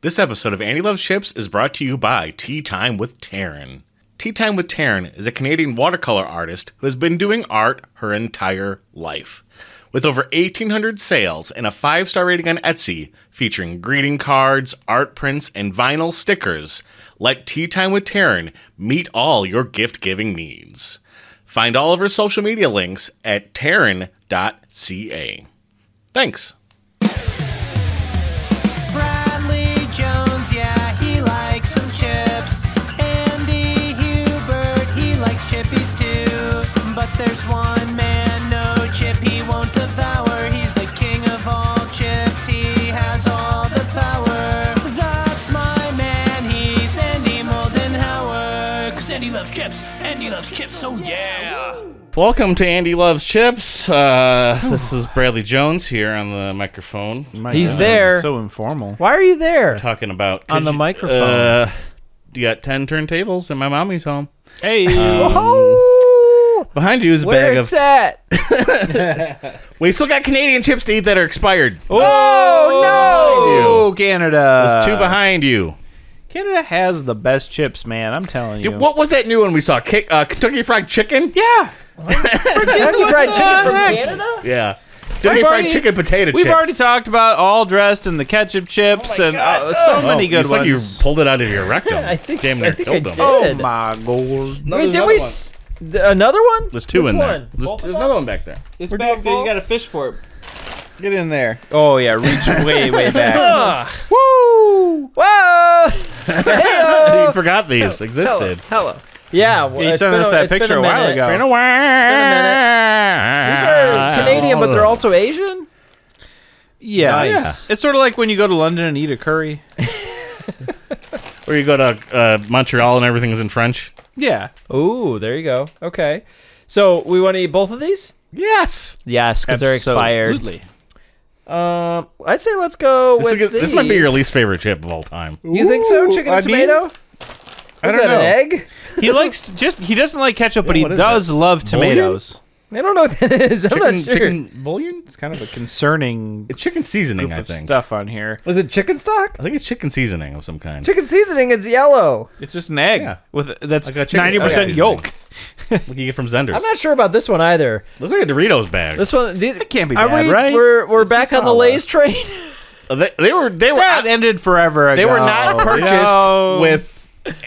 This episode of Andy Loves Ships is brought to you by Tea Time with Taryn. Tea Time with Taryn is a Canadian watercolor artist who has been doing art her entire life. With over 1,800 sales and a five star rating on Etsy, featuring greeting cards, art prints, and vinyl stickers, let Tea Time with Taryn meet all your gift giving needs. Find all of her social media links at taryn.ca. Thanks. Bradley Jones, yeah, he likes some chips. Andy Hubert, he likes chippies too. But there's one man, no chip he won't devour. He's the king of all chips, he has all the power. That's my man, he's Andy Moldenhauer. Cause Andy loves chips, Andy loves chips, oh yeah. Welcome to Andy Loves Chips. Uh, Oh. this is Bradley Jones here on the microphone My He's God, there. So informal. Why are you there? talking about On the you- microphone. Uh, you got ten turntables, and my mommy's home. Hey, Oh, Behind you is a where bag of. it's at? We still got Canadian chips to eat that are expired. Oh, oh no, Canada! Uh, two behind you. Canada has the best chips, man. I'm telling you. Dude, what was that new one we saw? K- uh, Kentucky Fried Chicken. Yeah, Kentucky Fried Chicken from heck? Canada? Yeah. Kentucky Fried We've already- Chicken potato we've chips. already talked about all dressed and the ketchup chips and uh, so Oh, many good it's like ones. you pulled it out of your rectum. I think Damn so. near I think I killed them. did. oh my god! No, there's Wait, did another we? one. S- th- another one? There's two Which in one? there. There's, Both of there's another one back there. It's Where do you- back there. you You got a fish for it. Get in there. Oh yeah, reach way way back. Ugh. Woo! Whoa! Oh. You forgot these Hello. existed. Hello. Yeah, well, you it's sent been us a- that it's been picture a while minute. ago. Oh. Ah. Been a while. Ah. These are Canadian, but they're also Asian. Yeah, Nice. Yeah. it's sort of like when you go to London and eat a curry. Or you go to uh, Montreal and everything's in French. Yeah, Ooh, there you go. Okay, so we want to eat both of these? Yes. Yes, because they're expired. Absolutely. Um, I'd say let's go This, with is good- this might be your these. least favorite chip of all time. You think so? Chicken I and mean- tomato? I is don't that know. an egg? He likes to just he doesn't like ketchup, but he what is does love Bouillon? tomatoes. I don't know what that is. I'm Chicken, not sure. chicken bouillon? It's kind of a concerning It's chicken seasoning, group I of think. stuff on here. Was it chicken stock? I think it's chicken seasoning of some kind. Chicken seasoning, it's yellow. It's just an egg Yeah. with that's Like a chicken- ninety okay. percent yolk. Like you get from Zenders. I'm not sure about this one either. Looks like a Doritos bag. This one, these, That can't be are bad, we, right? We're, we're Let's be back on the solid. Lay's train. uh, they, they were they were That ended forever ago. they were not purchased No. with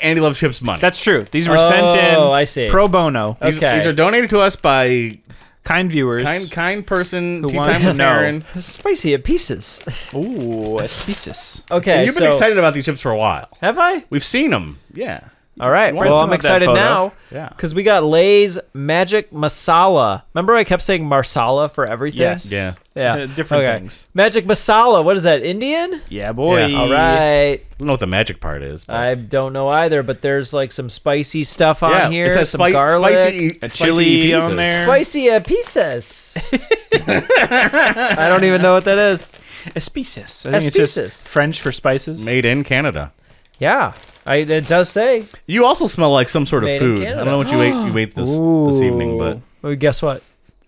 Andy Love Chips money. That's true. These were sent in. Oh, I see. Pro bono. These- okay. These are donated to us by Kind viewers. kind kind person Who Tea wants Time to with know. Aaron. Spicy at pieces. Ooh, a species. Okay, You've been so- excited about these chips for a while. Have I? We've seen them. Yeah. All right. Why Well, is it I'm not that excited photo? now. Yeah. Because we got Lay's Magic Masala. Remember, I kept saying Marsala for everything. Yes. Uh, Yeah. Yeah. Uh, Different Okay. things. Magic Masala. What is that? Indian? Yeah, boy. Yeah. All right. I don't know what the magic part is. but- I don't know either, but there's like some spicy stuff on yeah, here. It says some spi- garlic. spicy, A spicy chili pieces. on there. Spicy uh, pieces. I don't even know what that is. Especies. I think it's Especies. just French for spices. Made in Canada. Yeah, I, it does say. You also smell like some sort of Made in food. I Canada. don't know what you ate. You ate this this evening, but Well, guess what?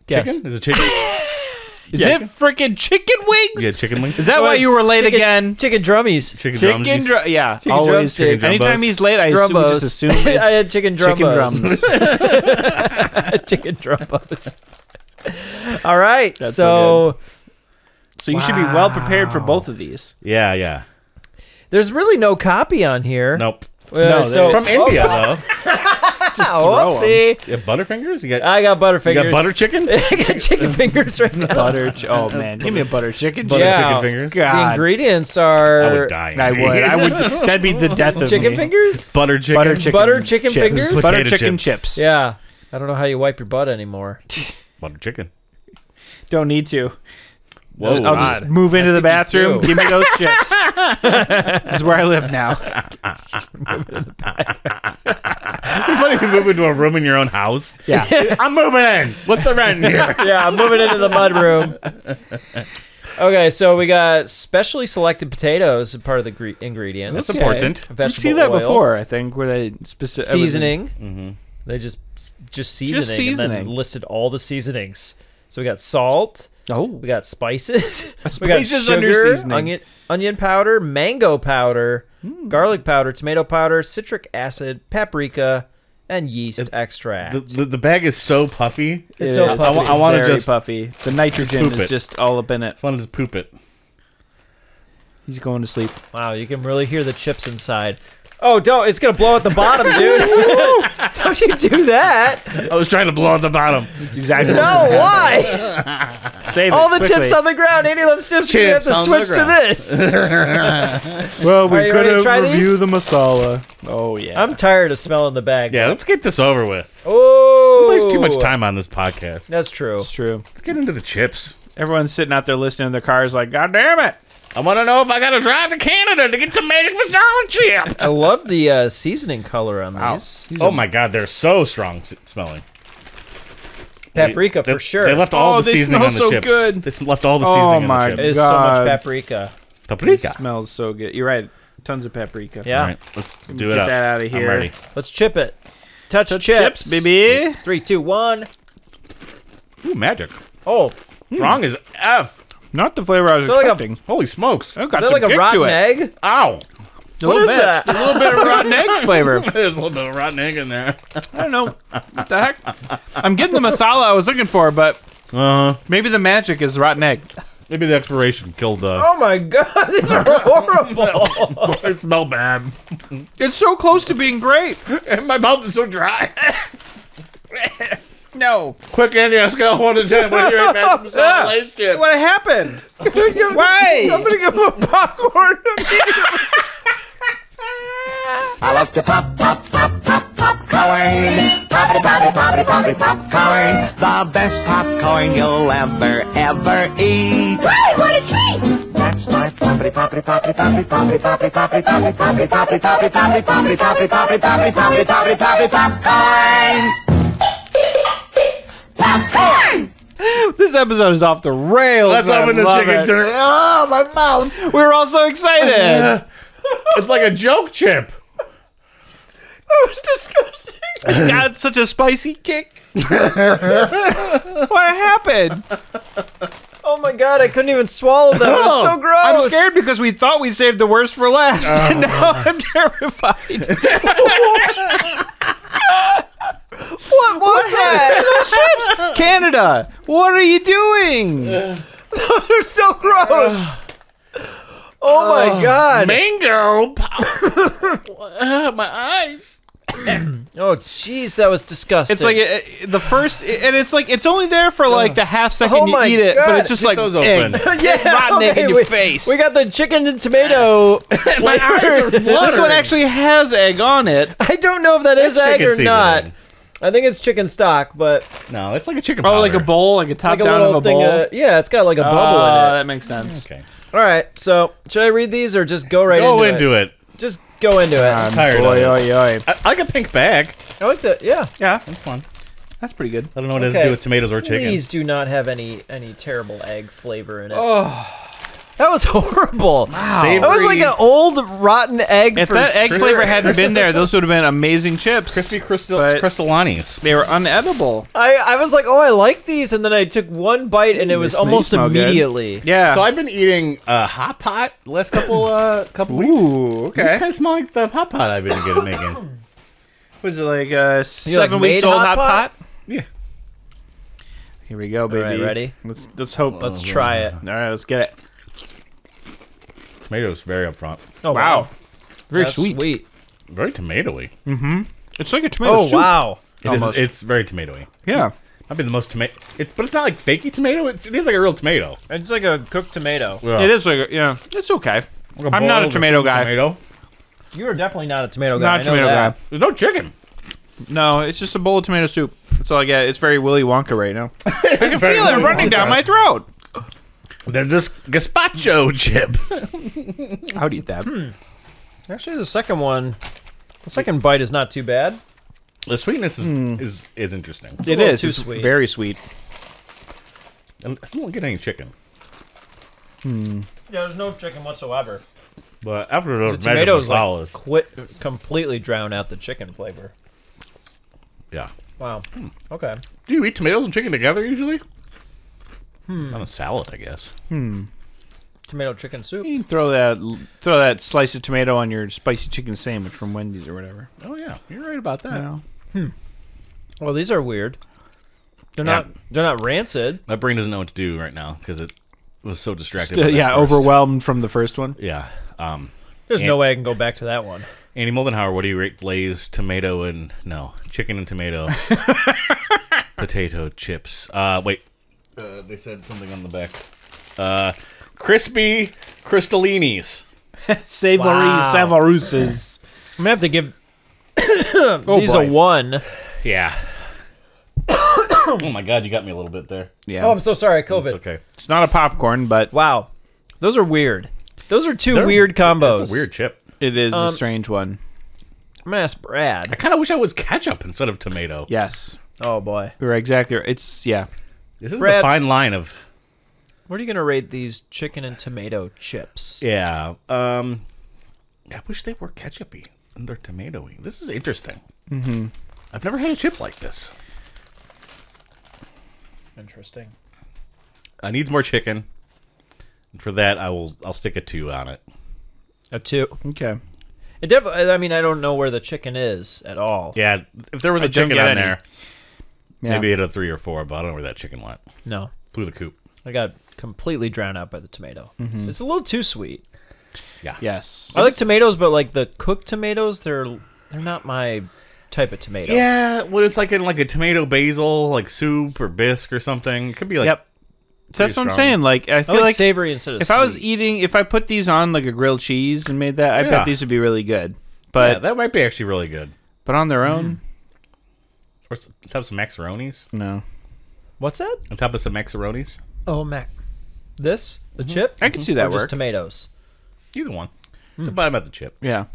Guess. chicken is it chicken? Is it freaking chicken wings? yeah, chicken wings. Is that why Wait, you were late chicken- again? Chicken drummies. chicken? Chicken, drumsies? dr- yeah, Chicken always. drumstick. Chicken Anytime drumbos. he's late, I assume, we Drumbos. just assume it's I had chicken drumbos. chicken chicken drums. drumbos. All right. That's so so so you should be well prepared for both of these. Yeah, yeah. there's really no copy on here. Nope. Uh, No, so, there- From India though. oh, whoopsie. You have butterfingers. You got I got butterfingers. you got butter chicken. I got chicken fingers right now. Butter. Ch- oh man, give me a butter chicken. Butter chip. Yeah. chicken fingers. The Oh, God, ingredients I are would die. I would. I would. That'd be the death of chicken me. fingers. Butter chicken. Butter chicken. Butter chicken chips. fingers? Butter Potato chicken chips. chips. Yeah. I don't know how you wipe your butt anymore. Butter chicken. Don't need to. Whoa. I'll just move into the bathroom. do. Give me those chips. this is where I live now. It's funny if you move into a room in your own house. Yeah. I'm moving in. What's the rent here? yeah, I'm moving into the mud room. Okay, so we got specially selected potatoes, as part of the gre- ingredients. That's important. Vegetable You've seen that oil, before, I think, where they specific Seasoning. Mm-hmm. They just just seasoning, and seasoning. then listed all the seasonings. So we got salt, Oh, We got spices. we got Spices under sugar, seasoning. Hmm. onion, onion powder, mango powder, garlic powder, tomato powder, citric acid, paprika, and yeast extract. The, the, the bag is so puffy. It's so I- puffy. I, wa- I want to very just puffy. The nitrogen poop is it. just all up in it. wanted to poop it. He's going to sleep. wow, you can really hear the chips inside. Oh, don't! It's gonna blow at the bottom, dude. don't you do that? I was trying to blow out the bottom. That's exactly No, why? Save All the chips on the ground. Any of those chips, you have Chips to on the switch to ground. this. Well, Are we're you ready to gonna try review these? the masala. Oh yeah. I'm tired of smelling the bag. Yeah, let's get this over with. Oh, Waste too much time on this podcast. That's true. It's true. Let's get into the chips. Everyone's sitting out there listening in their cars, like, God damn it! I want to know if I got to drive to Canada to get some magic masala chip. I love the uh, seasoning color on these. oh my god, they're so strong s- smelling. Paprika They- for sure. They left all Oh, the they seasoning smell on the so chips. good. They s- left all the Oh seasoning my on the It is chips. so much God. paprika. It Paprika. smells so good. You're right. Tons of paprika. Yeah. All right, let's do it Get up. that outta I'm here. ready. Let's chip it. Touch, Chips, chips. baby. Three, two, one. Ooh, magic. Oh, Strong as F. Not the flavor I was They're like a- expecting. Holy smokes. They've got is that some like a kick rotten to it. egg? Ow. A little What is bit. that? A little bit of rotten egg flavor. There's a little bit of rotten egg in there. I don't know what the heck. I'm getting the masala I was looking for, but Uh, maybe the magic is rotten egg. maybe the expiration killed uh, the. Oh my god, these are horrible. It smelled bad. It's so close to being great. And my mouth is so dry. No. Quick, Andy, I scale one to ten. What are your magic masala lace chip? What happened? Why? I'm gonna give him a popcorn. I love to pop, pop, pop, pop, popcorn. Poppity, poppity, poppity, poppity, popcorn. The best popcorn you'll ever, ever eat. Hey, what a treat! That's my poppity, poppity, poppity, poppity, poppity, poppity, poppity, poppity, poppity, poppity, poppity, poppity, poppity, poppity, poppity, poppity, poppity, poppity, poppity, popcorn. Popcorn! this episode is off the rails. Let's I open the love chicken it. dinner. Oh, my mouth. We were all so excited. It's like a joke chip. It was disgusting. It's got such a spicy kick. what happened? oh my god, I couldn't even swallow that. It was so gross. I'm scared because we thought we saved the worst for last, and now I'm terrified. What was that? Canada, what are you doing? They're so gross. Oh my god. Mango. uh, my eyes. Oh jeez, that was disgusting. It's like it, it- the first, and it's like it's only there for like the half second Oh you my eat it, but God. it's just Get like those open. egg. yeah, rotten egg in your we, face. We got the chicken and tomato. My eyes are This one watering. actually has egg on it. I don't know if that is That's egg chicken or seasoning. not. I think it's chicken stock, but No, it's like a chicken. Oh, like a powder. bowl, like a top like a down little of a thing. bowl. Uh, uh, yeah, it's got like a bubble Ah, in That makes sense. Okay. it. All right, so should I read these or just go right Go into into, it? it. Just go into it. Tired. Oi, of it. oi, oi. I, I like a pink bag. I like that. Yeah. Yeah, That's fun. that's pretty good. I don't know what it has to Okay. do with tomatoes or chicken. Please do not have any any terrible egg flavor in it. Oh. That was horrible. Wow. Savory. That was like an old rotten egg. If for that egg sure. flavor hadn't been there, those would have been amazing chips. crispy crystal But- crystalanis. They were unedible. I, I was like, oh, I like these, and then I took one bite, and it was This may almost smell good. immediately. Yeah. So I've been eating a uh, hot pot last couple uh couple weeks. Ooh, These okay. kind of smell like the hot pot I've been getting making. Was it like a like, seven made weeks old hot hot pot? pot? Yeah. Here we go, baby. right, ready? Let's let's hope. Oh, Let's try. Try it. All right, let's get it. Tomatoes very upfront. Oh Wow, very That's sweet. sweet. Very tomatoey. It's like a tomato Oh soup. wow. It is, Almost. it's very tomatoey. Yeah, I've been the most tomato. It's but it's not like fakey tomato. It, it is like a real tomato. It's like a cooked tomato. it is like a, yeah. It's okay. Like I'm not a boiled tomato guy. Tomato. You are definitely not a tomato guy. I Not a know tomato that. guy. There's no chicken. No, it's just a bowl of tomato soup. That's all I get. It's very Willy Wonka right now. I can Feel it running down my throat. There's this gazpacho chip. I would eat that. Actually, the second one, the second bite is not too bad. the sweetness is, Hmm. is is interesting. a It little is. too It's sweet. very sweet. And I still don't get any chicken. Yeah, there's no chicken whatsoever. But after those The magic tomatoes masalas- like quit completely drown out the chicken flavor. yeah. Wow. Okay. Hmm. Do you eat tomatoes and chicken together usually? Hmm. On a salad, I guess. Tomato chicken soup. You can throw that throw that slice of tomato on your spicy chicken sandwich from Wendy's or whatever. Oh yeah, you're right about that. You know? Well, these are weird. They're Yeah. not. They're not rancid. My brain doesn't know what to do right now because it was so distracted. Still- by that yeah, first- overwhelmed from the first one. Yeah. Um, There's Yeah. no way I can go back to that one. Andy Moldenhauer, what do you rate Lay's tomato and no chicken and tomato potato chips? Uh, wait, uh, they said something on the back. Uh, crispy crystallinis. Savory Wow. savoruses. I'm gonna have to give Oh, these a boy. one. Yeah. oh my god, you got me a little bit there. Yeah, Oh, I'm so sorry. COVID. It's okay. it's not a popcorn, but Wow, those are weird. Those are 2 They're- weird combos. That's a weird chip. it is Um, a strange one. I'm gonna ask I Brad. kind of wish I was ketchup instead of tomato. Yes, Oh boy, we were exactly. right. It's yeah. This is Brad- the fine line of what are you gonna rate these chicken and tomato chips? yeah. Um, I wish they were ketchupy and they're tomatoey. This is interesting. Mm-hmm. I've never had a chip like this. Interesting. I need more chicken. And for that, I will. I'll stick a two on it. A two. Okay. It def- I mean, I don't know where the chicken is at all. Yeah, if there was a I don't chicken get on any. there, Yeah. maybe it a three or four. But I don't know where that chicken went. No, Flew the coop. I got completely drowned out by the tomato. It's a little too sweet. Yeah. Yes. I like tomatoes, but like the cooked tomatoes, they're they're not my type of tomato. Yeah, when it's like in like a tomato basil, like soup or bisque or something, it could be like yep. So that's what I'm strong. saying. Like I I feel like, like savory instead of. if I was sweet. eating, if I put these on like a grilled cheese and made that, I Yeah. bet these would be really good. yeah, But that might be actually really good. but on their own, Mm-hmm. Or s- let's have some macaronis. no. what's that? On top of some macaronis, Oh, mac. This the chip. I could see that or just work. tomatoes. either one. Hmm. The bottom at the chip. Yeah.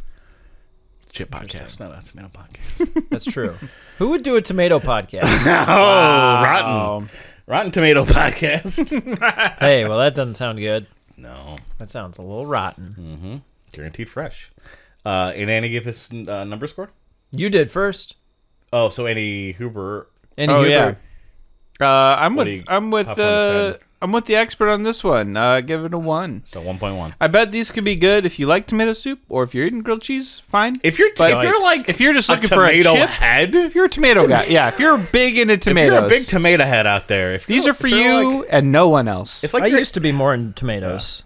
Chip podcast, not a tomato podcast. That's true. Who would do a tomato podcast? Uh, Oh, rotten, Um, rotten tomato podcast. hey, well that doesn't sound good. no, That sounds a little Mm-hmm. rotten. guaranteed fresh. Uh, and Andy give his uh, number score. You did first. Oh, so Andy Huber. And oh Huber. yeah. Uh, I'm What with do you- I'm with top one to uh, ten? I'm with the expert on this one. Uh, give it a one. So one point one. I bet these could be good if you like tomato soup or if you're eating grilled cheese. Fine. If you're But if you're like if you're just looking for a tomato chip, head, if you're a tomato guy, yeah. If you're big into if tomatoes, you're a big tomato head out there. If these you're- are for if you're you Like, and no one else. if like I you're- used to be more in tomatoes,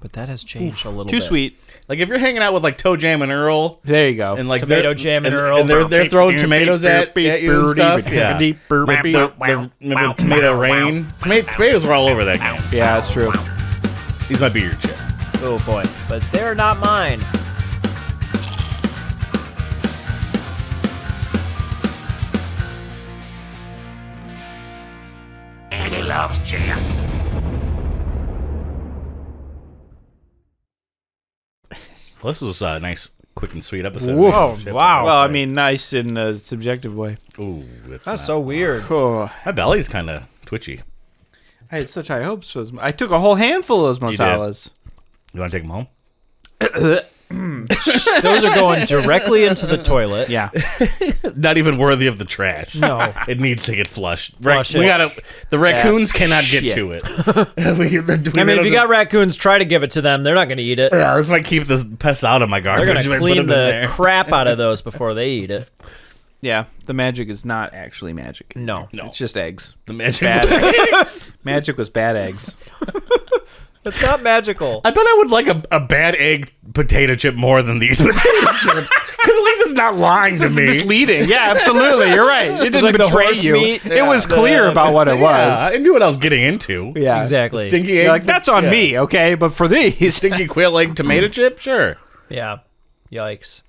but that has changed a little. Too bit. sweet. like if you're hanging out with like Toe Jam and Earl. There you go. And like Tomato they're- Jam and Oh, and, Earl. and they're they're throwing tomatoes at, at you and stuff. Yeah, Yeah. Remember the tomato rain. Toma- tomatoes were all over that game. Yeah, that's true. These might be your chip. Oh boy, but they're not mine. Andy loves chips. Well, this was a nice, quick and sweet episode. Woof. Of Chips. wow. Well, I mean, nice in a subjective way. Ooh, it's That's not- so weird. Oh, My belly's kind of twitchy. I had such high hopes. For those. I took a whole handful of those did. masalas. You want to take them home? Those are going directly into the toilet. Yeah, Not even worthy of the trash. No. It needs to get flushed. Flush Rac- we it. gotta. The raccoons cannot get Shit. to it. We- we- I mean, if we you got raccoons, try to give it to them. They're not going to eat it. Yeah, this might keep this pest out of my garbage. They're going if I to put clean them in the there. crap out of those before they eat it. yeah. The magic is not actually magic. No. No. it's just eggs. The magic. Bad. magic was bad eggs. It's not magical. I bet I would like a, a bad egg potato chip more than these potato chips. Because at least it's not lying to me. misleading. Yeah, absolutely. You're right. It didn't like the betray horse you. meat. It was Yeah. clear about what it Yeah, was. I knew what I was getting into. Yeah, Exactly. Stinky egg. You're like that's on yeah. me, okay? But for these, Stinky quail egg tomato chip? Sure. Yeah. Yikes.